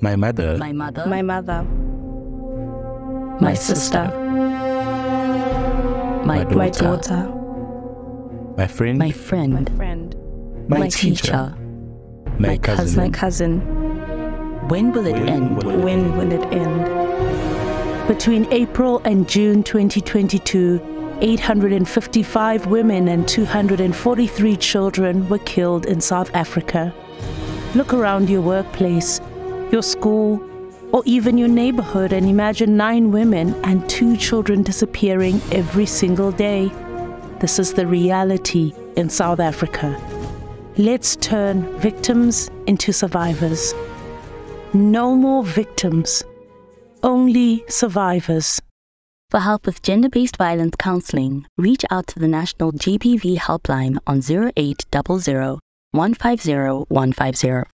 my mother, my mother, my mother, my sister, my my daughter, my daughter, my friend, my my, my friend, friend, teacher, my, my cousin. my cousin. When will it When end? will When will it end? Between April and June 2022, 855 women and 243 children were killed in South Africa. Look around your workplace, your school, or even your neighborhood and imagine nine women and two children disappearing every single day. This is the reality in South Africa. Let's turn victims into survivors. No more victims only survivors. For help with gender based violence counseling, reach out to the National GBV Helpline on 0800 150 150.